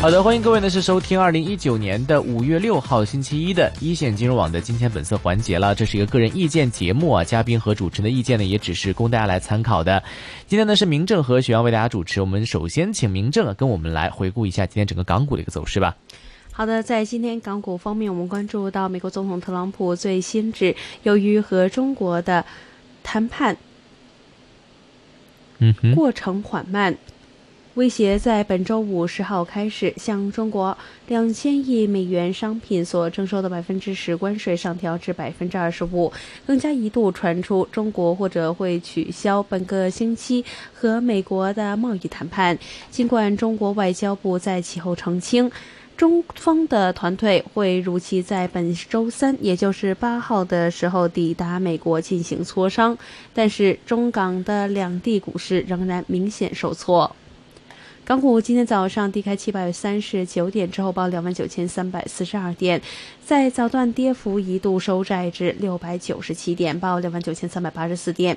好的，欢迎各位呢是收听二零一九年的五月六号星期一的一线金融网的金钱本色环节了。这是一个个人意见节目啊，嘉宾和主持人的意见呢也只是供大家来参考的。今天呢是明正和许阳为大家主持，我们首先请明正啊跟我们来回顾一下今天整个港股的一个走势吧。好的，在今天港股方面，我们关注到美国总统特朗普最新指，由于和中国的谈判嗯哼，过程缓慢，威胁在本周五十号开始向中国两千亿美元商品所征收的百分之十关税上调至百分之二十五，更加一度传出中国或者会取消本个星期和美国的贸易谈判。尽管中国外交部在其后澄清。中方的团队会如期在本周三，也就是八号的时候抵达美国进行磋商，但是中港的两地股市仍然明显受挫。港股今天早上低开七百三十九点之后报两万九千三百四十二点，在早段跌幅一度收窄至六百九十七点，报两万九千三百八十四点，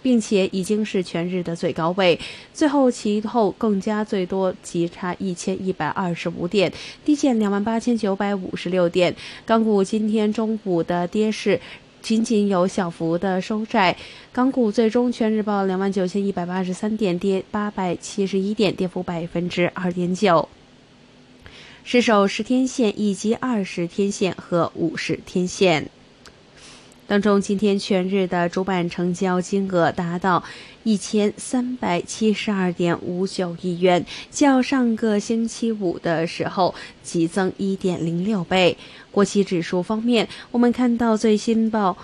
并且已经是全日的最高位。最后其后更加最多急差一千一百二十五点，低见两万八千九百五十六点。港股今天中午的跌势。仅仅有小幅的收窄，港股最终全日报两万九千一百八十三点，跌八百七十一点，跌幅百分之二点九。失守十天线以及二十天线和五十天线。当中，今天全日的主板成交金额达到一千三百七十二点五九亿元，较上个星期五的时候急增一点零六倍。国企指数方面，我们看到最新报。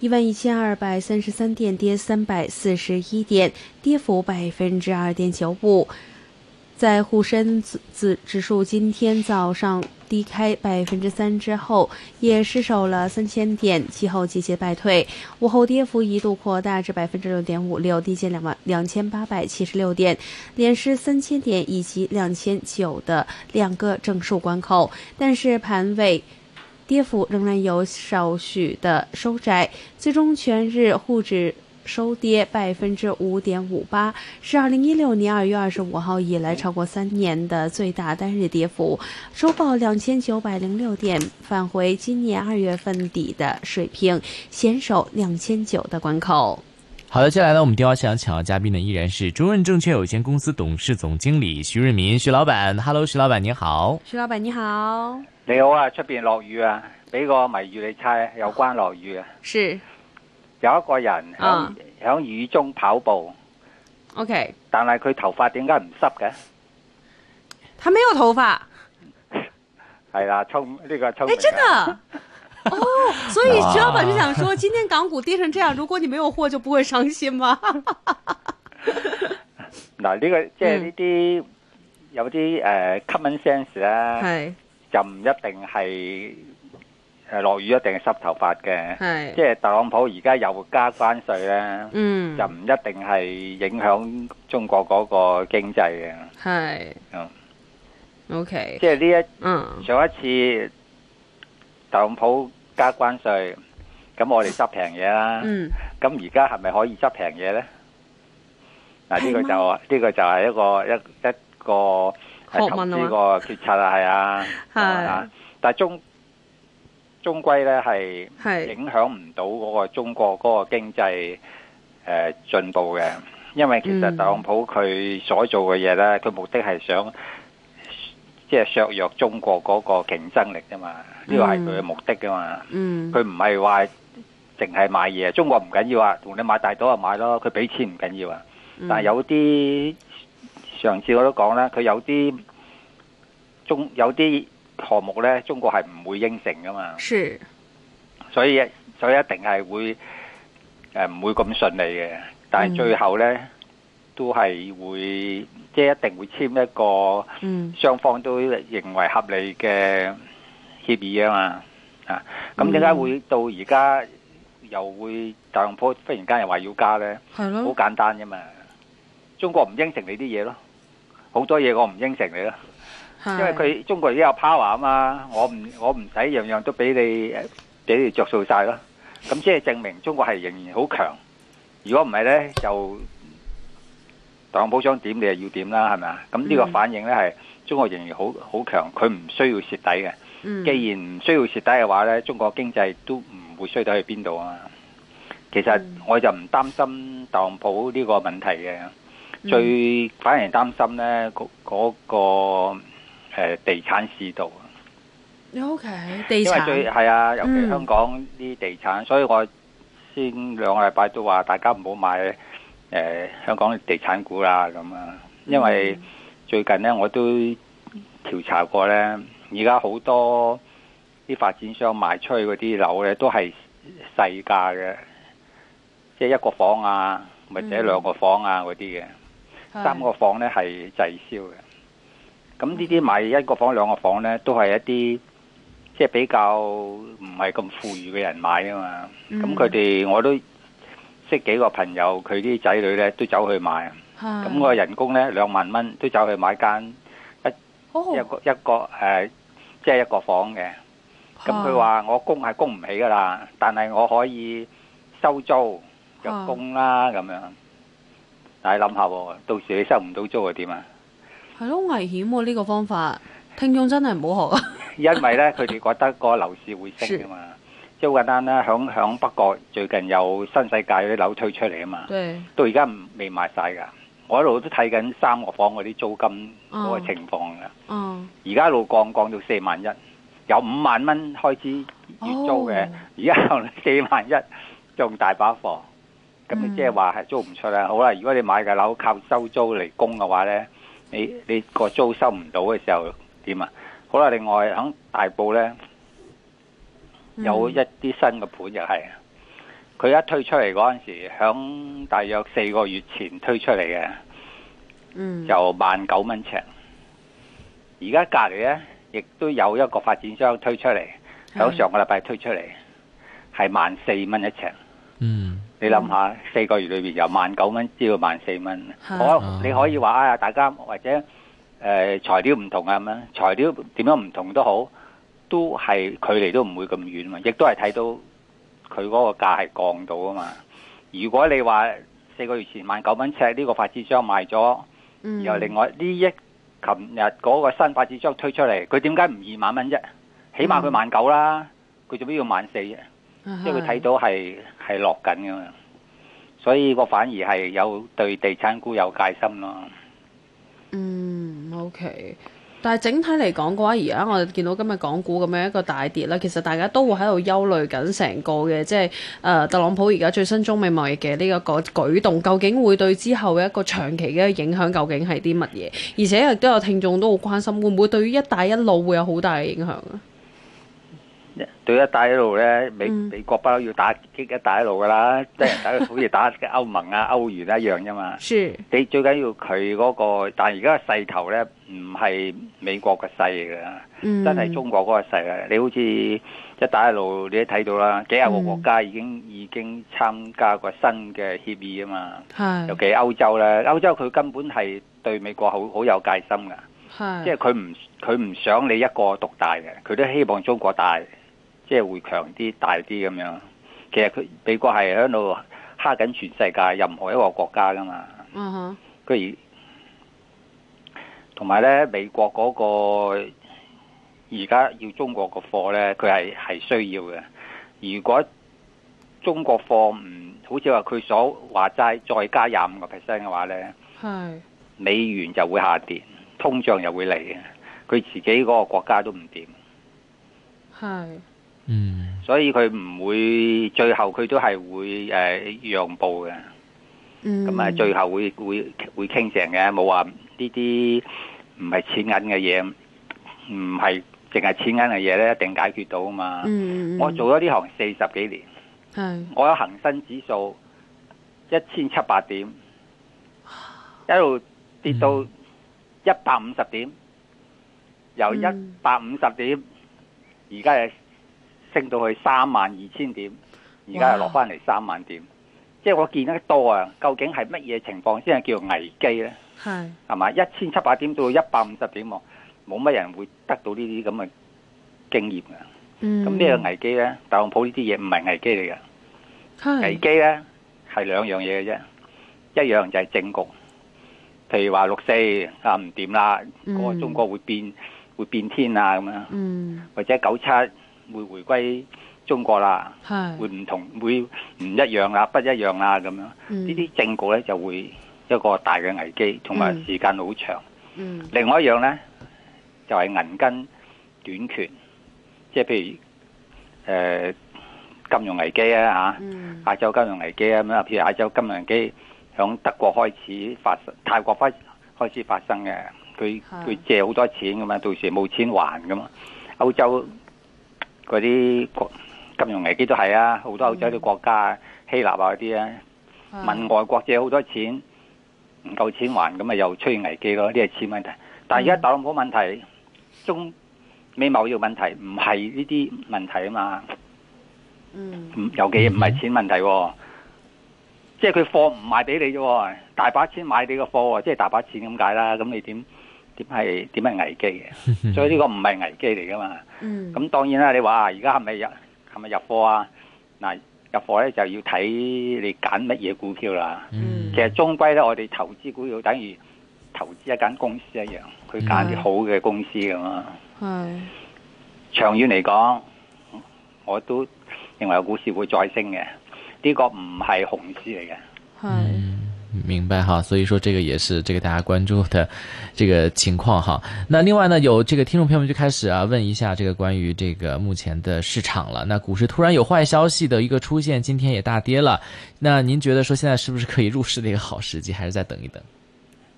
一万一千二百三十三点，跌三百四十一点，跌幅百分之二点九五。在沪深指指指数今天早上低开百分之三之后，也失守了三千点，其后节节败退。午后跌幅一度扩大至百分之六点五六，低见两万两千八百七十六点，连失三千点以及两千九的两个整数关口。但是盘尾跌幅仍然有少许的收窄，最终全日沪指收跌百分之五点五八，是二零一六年二月二十五号以来超过三年的最大单日跌幅，收报两千九百零六点，返回今年二月份底的水平，险守两千九的关口。好的，接下来呢我们电话现场请到嘉宾呢依然是中润证券有限公司董事总经理徐润民徐老板，Hello，徐老板您好。徐老板你好，你好啊，出边落雨啊，俾個謎語你猜，有關落雨啊。是有一個人啊響響雨中跑步， OK，但係佢頭髮點解唔濕嘅？他没有头发，係啦，聰呢個聰哎，明真啊， 的。哦，所以徐老板就想说，今天港股跌成这样，如果你没有货，就不会伤心吗？嗱呢個即係嗯呢啲有啲誒 common sense 咧，系就唔一定係誒落雨一定係濕頭髮嘅。即系，係特朗普而家又加關税咧，嗯就唔一定係影響中國嗰個經濟嘅。系嗯，OK，即係呢一嗯，上一次特朗普加關税，咁我哋執平嘢啦。嗯，咁而家係咪可以執平嘢呢？嗱，呢個係就呢個就係一個一一個學係問啊投嘛資個決策啊，係啊，係啊但係中終歸呢係系，影響唔到嗰個中國嗰個經濟誒、呃、進步嘅，因為其實嗯特朗普佢所做嘅嘢呢，佢目的係想即係削弱中國嗰個競爭力啫嘛，呢個係佢嘅目的噶嘛。嗯，佢唔係話淨係買嘢，中國唔緊要啊，同你買大島就買咯，佢俾錢唔緊要啊。嗯但係，有啲上次我都講啦，佢有啲中有啲項目呢，中國係唔會應承噶嘛。是，所以所以一定係會誒唔會咁順利嘅，但嗯係最後呢，都係會即係一定會簽一個嗯，雙方都認為合理嘅協議啊嘛啊！咁點解會到而家又會特朗普忽然間又話要加呢？系好咯，簡單啫嘛！中國唔應承你啲嘢咯，好多嘢我唔應承你咯，係因為佢中國而家有 power 啊嘛，我唔我唔使樣樣都俾你呃俾你着數晒咯。咁即係證明中國係仍然好強。如果唔係呢，就特朗普想點你就要點啦，係咪啊？咁呢個嗯反應呢，係中國仍然好好強，佢唔需要蝕底嘅。嗯既然唔需要蝕底嘅話呢，中國經濟都唔會衰到去邊度啊嘛。其實嗯我就唔擔心特朗普呢個問題嘅。嗯最反而擔心咧，嗰、嗰個、呃、地產市道， O K，地因為最產係啊，尤其嗯香港啲地產，所以我先兩個禮拜都話大家唔好買誒、呃香港地產股啦咁啊，因為嗯最近咧我都調查過咧，而家好多啲發展商賣出去嗰啲樓咧都係細價嘅，即係一個房啊，或者嗯兩個房啊嗰啲嘅。三個房咧係滯銷嘅。咁呢啲買一個房兩個房咧，都係一啲即係比較唔係咁富裕嘅人買啊嘛。嗯咁佢哋我都識幾個朋友，佢啲仔女咧都走去買。係咁我人工咧兩萬蚊都走去買間一哦個一個誒、呃即係一個房嘅。咁佢話我供係供唔起噶啦，但係我可以收租就啊供啦咁樣。但係諗下喎，到時你收唔到租又點啊？係咯，好危險喎呢個方法，聽眾真係唔好學 啊！因為咧，佢哋覺得個樓市會升噶嘛，即係好簡單啦。響響北角最近有新世界嗰啲樓推出嚟啊嘛，對，到而家唔未賣晒㗎。我一路都睇緊三個房嗰啲租金嗰個哦情況㗎，啊嗯，而家一路降降到四萬一，由五萬蚊開始月租嘅哦，而家降到四萬一，仲大把貨。咁你嗯即係話係租唔出啦。好啦，如果你買嘅樓靠收租嚟供嘅話呢，你你個租收唔到嘅時候點啊？好啦，另外喺大埔呢，嗯有一啲新嘅盤又係，啊佢一推出嚟嗰陣時，響大約四個月前推出嚟嘅。嗯就萬九蚊尺。而家隔離呢，亦都有一個發展商推出嚟，喺係上個禮拜推出嚟，係萬四蚊一尺。嗯你諗下，四個月裏邊由萬九蚊至到萬四蚊，係可你可以話啊，大家或者誒、呃材料唔同啊咁樣，材料點樣唔同都好，都係距離都唔會咁遠啊嘛，亦都係睇到佢嗰個價係降到啊嘛。如果你話四個月前萬九蚊尺呢個發展商賣咗。嗯然後另外呢一琴日嗰個新發展商推出嚟，佢點解唔二萬蚊啫？起碼佢嗯啊萬九啦，佢做咩要萬四啫？即即係佢睇到係係落緊㗎嘛，所以我反而係有對地產股有戒心咯。嗯，OK。但係整體嚟講嘅話，而家我哋見到今日港股咁樣一個大跌啦，其實大家都會喺度憂慮緊成個嘅，即係誒、呃特朗普而家最新中美貿易嘅呢一個舉動，究竟會對之後一個長期嘅影響究竟係啲乜嘢？而且亦都有聽眾都好關心，會唔會對於一帶一路會有好大嘅影響啊？對一帶一路咧，美嗯美國不嬲要打擊一帶一路噶啦，即係打 好似打歐盟啊、歐元一樣啫嘛。是，你最緊要佢嗰、個，但係而家嘅勢頭咧，唔係美國嘅勢嚟㗎。嗯，真係中國嗰個勢啊！你好似一帶一路，你都睇到啦，幾廿個國家已經、已經參加過新嘅協議啊嘛。尤嗯係其歐洲咧，歐洲佢根本係對美國好好有戒心噶，係，嗯即係佢唔佢唔想你一個獨大嘅，佢都希望中國大，即係會強啲、大啲咁樣。其實佢美國係喺度蝦緊全世界任何一個國家噶嘛。嗯哼佢而同埋咧，美國嗰、個而家要中國個貨咧，佢係係需要嘅。如果中國貨唔好似話佢所話齋再加廿五個 percent 嘅話咧，係美元就會下跌，通脹又會嚟嘅。佢自己嗰個國家都唔掂，係嗯所以佢唔會最後佢都係會誒、呃、讓步嘅。嗯咁啊，最後會會會傾成嘅，冇話呢啲唔係錢銀嘅嘢，唔係淨係錢銀嘅嘢咧，一定解決到啊嘛。嗯嗯嗯我做咗呢行四十幾年，係我有恒生指數一千七百點，一路跌到嗯一百五十點，由一嗯百五十點，而家係升到去三萬二千點，而家又落翻嚟三萬點。即係我見得多啊！究竟係乜嘢情況先係叫危機呢？係係嘛？一千七百點到一百五十點喎，冇乜人會得到呢啲咁嘅經驗嘅。嗯，咁呢個危機咧，特朗普呢啲嘢唔係危機嚟嘅。係危機咧係兩樣嘢嘅啫，一樣就係政局，譬如話六四啊唔掂啦，嗯嗰個中國會變會變天啊咁樣，嗯或者九七會回歸中國啦，係會唔同會唔一樣啦，不一樣啦咁樣，呢嗯啲政局咧就會一個大嘅危機，同埋嗯時間好長。嗯另外一樣咧就係、銀根短缺，即係譬如誒、呃金融危機啊嚇。嗯亞洲金融危機啊，咁啊，譬如亞洲金融危機響德國開始發生，泰國開開始發生嘅，佢係佢借好多錢噶嘛，到時冇錢還噶嘛。歐洲嗰啲國金融危機都係啊，好多歐洲啲國家、希臘啊嗰啲啊，係問外國借好多錢，唔夠錢還，咁咪又出現危機咯，呢係錢問題。但係而家嗯特朗普問題、中美貿易問題唔係呢啲問題啊嘛。嗯唔尤其唔係錢問題喎、即係佢貨唔賣俾你啫喎，大把錢買你個貨喎，即係大把錢咁解啦。咁你點點係點係危機嘅？所以呢個唔係危機嚟噶嘛。嗯咁當然啦，你話啊而家係咪入係咪入貨啊？嗱，入貨咧就要睇你揀乜嘢股票啦。嗯其實終歸咧，我哋投資股票等於投資一間公司一樣，佢揀啲好嘅公司噶嘛。係長遠嚟講，我都認為股市會再升嘅。呢、個唔係熊市嚟嘅。係。明白哈，所以说这个也是这个大家关注的这个情况哈。那另外呢，有这个听众朋友们就开始啊问一下这个关于这个目前的市场了。那股市突然有坏消息的一个出现，今天也大跌了。那您觉得说现在是不是可以入市的一个好时机，还是再等一等？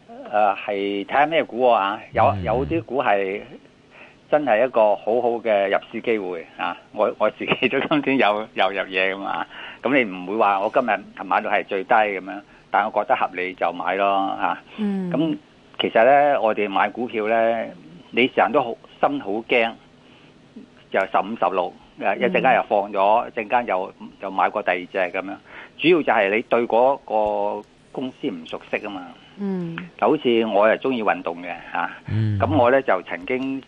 誒呃係睇下咩股啊？有嗯有啲股係真係一個好好嘅入市機會啊！我我自己都今天有 有入嘢咁啊，咁你唔會話我今日買到係最低咁樣，但我覺得合理就買咯啊！嗯咁、其實呢，我哋買股票呢，你成日都好心好驚，就十五十六，啊誒一陣間又放咗，一陣間又又買過第二隻咁樣。主要就係你對嗰個公司唔熟悉啊嘛。嗯嗱好似我係中意運動嘅啊嚇，嗯，咁、我呢就曾經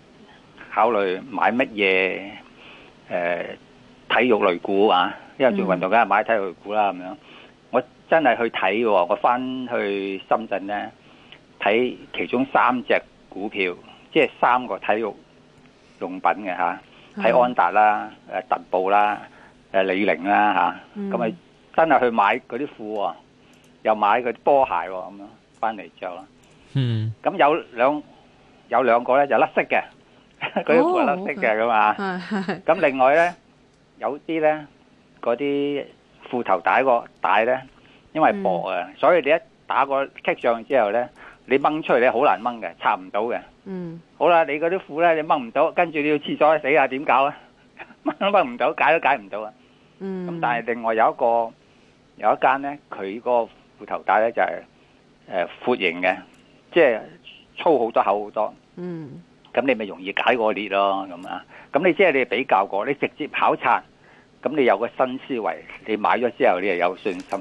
考慮買乜嘢誒體育類股啊，因為做運動梗係買體育類股啦咁樣。我真係去睇喎，我翻去深圳呢，睇其中三隻股票，即係三個體育用品嘅嚇，嗯睇、安達啦、誒特步啦、誒李寧啦嚇。嗯咁咪真係去買嗰啲褲喎，又買嗰啲波鞋喎，咁樣翻嚟着啦。嗯咁有兩有兩個咧就甩色嘅， 嗰啲褲係甩色嘅咁啊。嗯係係咁另外咧有啲咧嗰啲褲頭帶個帶咧，因為薄啊，所以你一打個棘上之後咧，你掹出嚟你好難掹嘅，插唔到嘅。嗯好啦，你嗰啲褲咧你掹唔到，跟住你要廁所死啊，點搞 啊？掹都掹唔到，解都解唔到啊！嗯咁但係另外有一個有一間咧，佢嗰個褲頭帶咧就係誒闊型嘅，即係粗好多厚好多，嗯咁你咪容易解個裂咯咁啊！咁你即係你比較過，你直接考察，咁你有個新思維，你買咗之後你又有信心，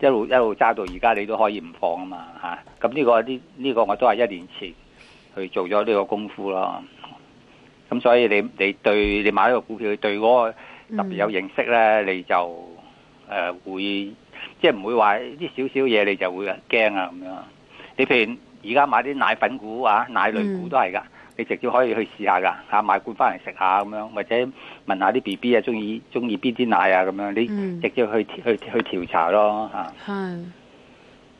一路一路揸到而家你都可以唔放啊嘛嚇！咁、呢、個呢呢、個我都係一年前去做咗呢個功夫咯。咁所以你你對你買呢個股票對嗰、個。特別有認識咧，你就誒、呃、會即係唔會話啲少少嘢你就會驚啊咁樣。你譬如而家買啲奶粉股啊、奶類股嗯都係㗎，你直接可以去試下㗎嚇，買罐翻嚟食下咁樣，或者問下啲 B B 啊，中意中意邊啲奶啊咁樣，嗯你直接去去去調查咯嚇。係。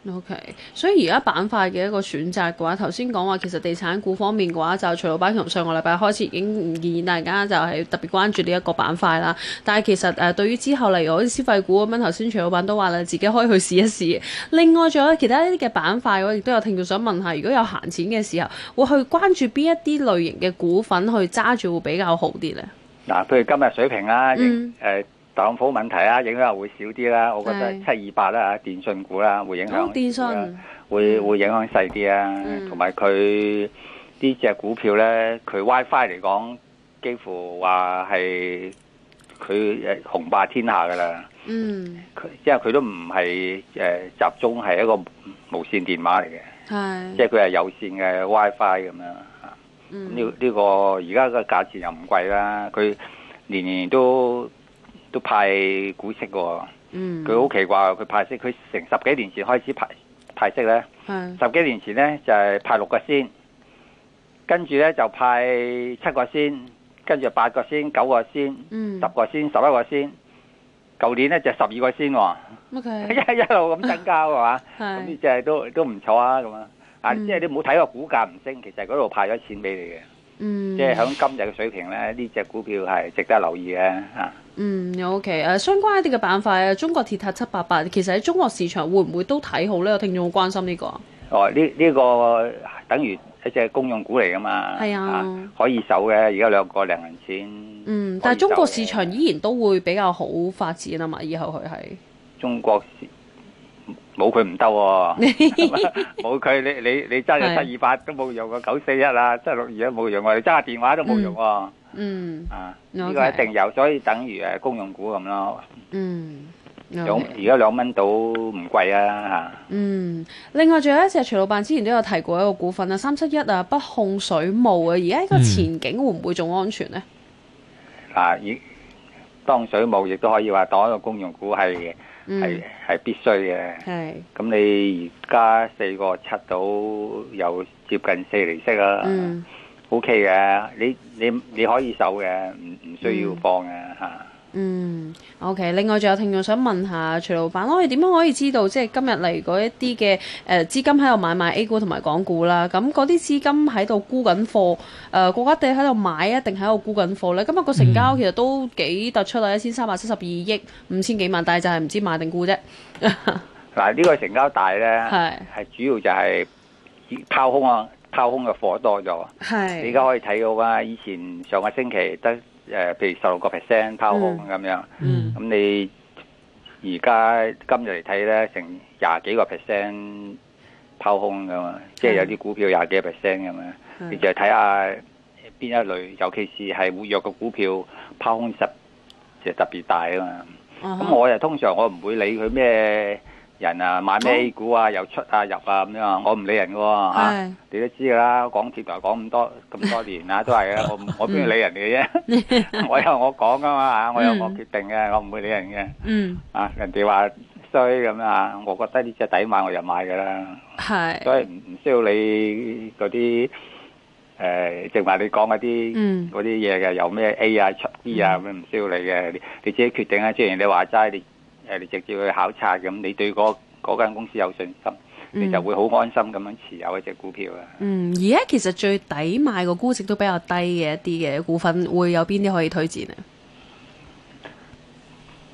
O.K. 所以而家板塊嘅一個選擇嘅話，頭先講話其實地產股方面嘅話，就徐老闆從上個禮拜開始已經唔建議大家就係特別關注呢一個板塊啦。但係其實誒、呃、對於之後例如好似消費股咁樣，頭先徐老闆都話啦，自己可以去試一試。另外仲有其他一啲嘅板塊，我亦都有聽眾想問下，如果有閒錢嘅時候，會去關注邊一啲類型嘅股份去揸住會比較好啲呢？嗱，譬如今日水平啦，嗯影誒特朗普問題啦，影響會少啲啦。我覺得係七二八啦，電信股啦，會影響好電少啲啦信。會嗯會影響細啲啊嗯，同埋佢呢只股票咧，佢 WiFi 嚟講，幾乎話係佢誒雄霸天下噶啦。嗯，佢因為佢都唔係誒集中係一個無線電話嚟嘅，係即。係佢係有線嘅 WiFi 咁樣。嗯呢呢個而家嘅價錢又唔貴啦，佢年年都都派股息喎。嗯，佢好奇怪，佢派息，佢成十幾年前開始派派息咧，係十幾年前咧就係、派六個先，跟住咧就派七個先，跟住八個先、九個先、嗯十個先、十一個先。舊年咧就十二個先喎，一 OK 一路咁增 加係嘛？咁呢係只都都唔錯啊咁啊！啊，嗯即係你唔好睇個股價唔升，其實嗰度派咗錢俾你嘅。嗯，即係喺今日嘅水平咧，呢只股票係值得留意嘅嚇。嗯 OK 誒、相關一啲嘅板塊啊，中國鐵塔七八八其實喺中國市場會唔會都睇好呢？有聽眾好關心呢、個啊哦，呢呢個等於一隻公用股嚟噶嘛，係啊可以守嘅，而家兩個零銀錢。嗯，可以但係中國走嘅市場依然都會比較好發展啊嘛，以後佢係中國市冇佢唔得 喎， 冇佢你你你揸咗七二八都冇用啊，九四一啊，七六二都冇用啊，你揸下電話都冇用喎。嗯啊，呢 OK 個一定有，所以等於誒公用股咁咯，嗯。兩 OK 而家兩蚊到唔貴啊嚇。嗯，另外仲有一隻徐老闆之前都有提過一個股份啊，三七一啊，北控水務啊，而家呢個嗯前景會唔會仲安全呢？啊，以當水務亦都可以話當一個公用股係係嗯，係必須嘅。係，咁你而家四個七到有接近四厘息啦、嗯 o k 嘅，你你你可以守嘅，唔唔需要放嘅嚇。嗯，OK。另外仲有聽眾想問下徐老闆，我哋點樣可以知道即係今日嚟嗰一啲嘅誒資金喺度買賣 A 股同埋港股啦？咁嗰啲資金喺度沽緊貨，誒、呃、國家地喺度買啊，定喺度沽緊貨呢？今日個成嗯交其實都幾突出啊，一千三百七十二億五千幾萬，但係就係唔知買定沽啫。嗱、呢、個成交大咧，係係主要就係拋空啊，拋空嘅貨多咗。你而係家可以睇到啊，以前上個星期得誒、呃譬如十六個 percent 拋空咁樣。嗯咁你而家今日嚟睇咧，成廿幾個 percent 拋空噶嘛，即係有啲股票廿幾個 percent 咁樣。你就係睇下呃邊一類，尤其是係活躍嘅股票拋空實就特別大啊嘛。啊咁哈我就通常我唔會理佢咩人啊，買咩 A 股啊，又出啊入啊咁樣，我唔理人嘅喎嚇係你都知㗎啦，港鐵台講咁多咁多年啊 啦，都係嘅，我唔我邊要理人哋嘅啫，我有我講㗎嘛，我有我決定嘅，我唔會理人嘅。嗯，啊，人哋話衰咁啊，我覺得呢只抵買我就買㗎啦，係，所以唔唔需要你嗰啲誒，正話你講嗰啲嗯嗰啲嘢嘅，有咩 A 啊出 B 啊咁樣唔需要你嘅，你你自己決定啊。既然你話齋，你誒你直接去考察咁，你對嗰嗰間公司有信心，你就會好安心咁樣持有一隻股票啊。嗯，而家其實最抵買個估值都比較低嘅一啲嘅股份，會有邊啲可以推薦啊？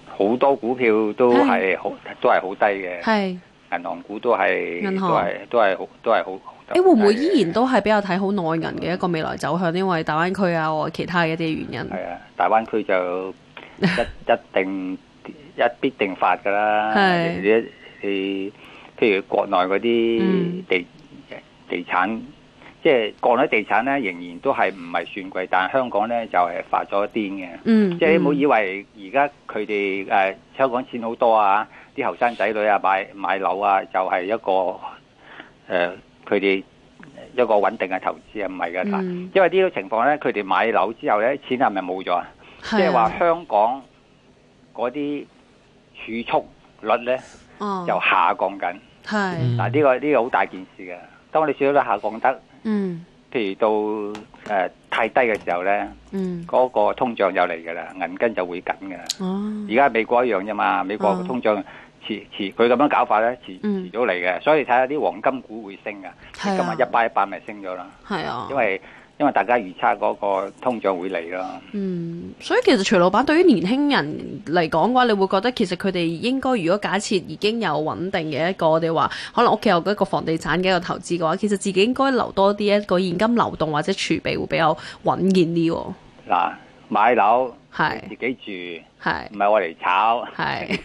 好多股票都係好都係好低嘅，係，銀行股都係銀都行係都係好都係好。你會唔會好低嘅依然都係比較睇好內銀嘅一個未來走向？因為大灣區啊，或其他嘅一啲原因。係啊，大灣區就一 一定一必定發㗎啦。你係你你譬如國內嗰嗯啲地地產，即係國內地產咧，仍然都係唔係算貴，但係香港咧就係發咗癲嘅。嗯，即係你唔好嗯以為而家佢哋誒香港錢好多啊，啲後生仔女啊買買樓啊，就係、一個誒佢哋一個穩定嘅投資啊，唔係㗎嗱。嗯因為呢種情況咧，佢哋買樓之後咧，錢係咪冇咗啊？即係係話啊香港嗰啲儲蓄率咧哦，就下降緊。係，嗯嗱、呢個呢個好大件事嘅。當你儲蓄率下降得嗯譬如到誒、呃太低嘅時候咧，嗯，嗰、個通脹就嚟㗎啦，銀根就會緊㗎啦。哦，而家美國一樣啫嘛，美國嗯嘅通脹遲遲佢咁樣搞法咧，遲嗯遲早嚟嘅，所以睇下啲黃金股會升噶。今係啊日一百一百咪升咗啦，係啊，因為因為大家預測嗰個通脹會嚟咯。嗯，所以其實徐老闆對於年輕人嚟講嘅話，你會覺得其實佢哋應該如果假設已經有穩定嘅一個，我哋話可能屋企有一個房地產嘅一個投資嘅話，其實自己應該留多啲一個現金流動或者儲備會比較穩健啲喎。嗱，買樓係自己係住，唔係我嚟炒， 係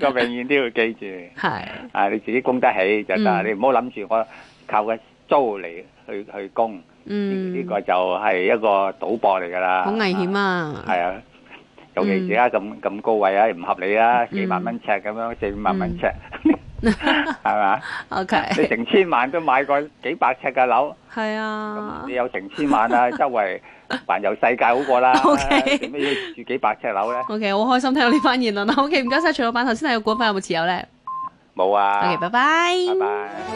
個永遠都要記住，係，啊你自己供得起就得，嗯你唔好諗住我靠個租嚟去去供，呢、呢嗯，個就係一個賭博嚟㗎啦。好危險啊！係啊，嗯嗯尤其而家咁咁高位啊，唔合理啊，四萬蚊尺咁樣，四五萬蚊尺，係 嘛？你 OK，成千萬都買過幾百尺嘅樓，系啊咁你，有成千萬 啊，周圍環遊世界好過啦。 OK 點解要住幾百尺樓咧？ OK，好開心聽到呢番言論啦。OK，唔該晒徐老闆，頭先你嘅股份有冇持有咧冇啊。 ？OK，拜拜拜拜。